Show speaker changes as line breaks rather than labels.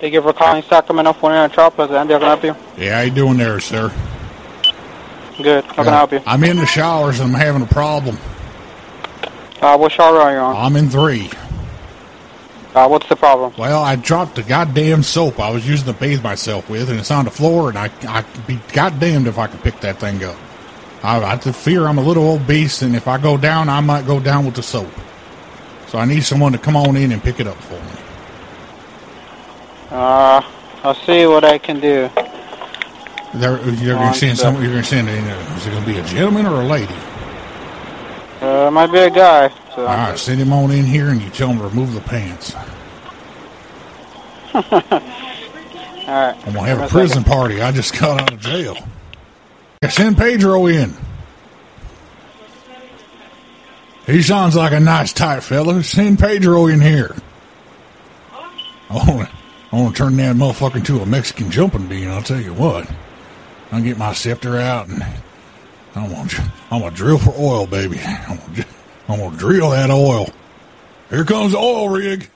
Thank you for calling Sacramento 49 Tropics. Andy, how can I help you?
Yeah, how you doing there, sir? Uh,
Good. How can I help you?
I'm in the showers and I'm having a problem.
Uh, what shower are you on?
I'm in three.
Uh, what's the problem?
Well, I dropped the goddamn soap I was using to bathe myself with, and it's on the floor, and I, I'd be goddamned if I could pick that thing up. I, I just fear I'm a little obese, and if I go down, I might go down with the soap. So I need someone to come on in and pick it up for me.
Uh, I'll see what I can do.
There, you're going
On
to send
the-
someone. You're going to send in. uh, Is it going to be a gentleman or a lady?
Uh, might be a guy. So.
All right, send him on in here, and you tell him to remove the pants.
All right.
I'm gonna have a
One
prison party. I just got out of jail. Yeah, send Pedro in. He sounds like a nice type fella. Send Pedro in here. I wanna, I wanna turn that motherfucker into a Mexican jumping bean. I'll tell you what. I'll get my scepter out and I'm gonna, I'm gonna drill for oil, baby. I'm gonna, I'm gonna drill that oil. Here comes the oil rig.